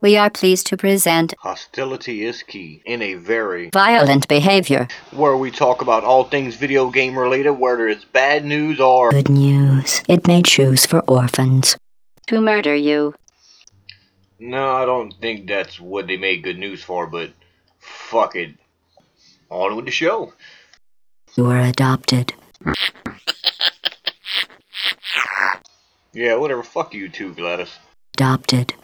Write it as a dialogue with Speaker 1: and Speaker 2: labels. Speaker 1: We are pleased to present
Speaker 2: Hostility is Key in a very
Speaker 1: violent behavior.
Speaker 2: where we talk about all things video game related, whether it's bad news or
Speaker 1: Good news. It made shoes for orphans. To murder you.
Speaker 2: no, I don't think that's what they made good news for, but fuck it. On with the show.
Speaker 1: You were adopted.
Speaker 2: Yeah, whatever. Fuck you too, Gladys.
Speaker 1: Adopted.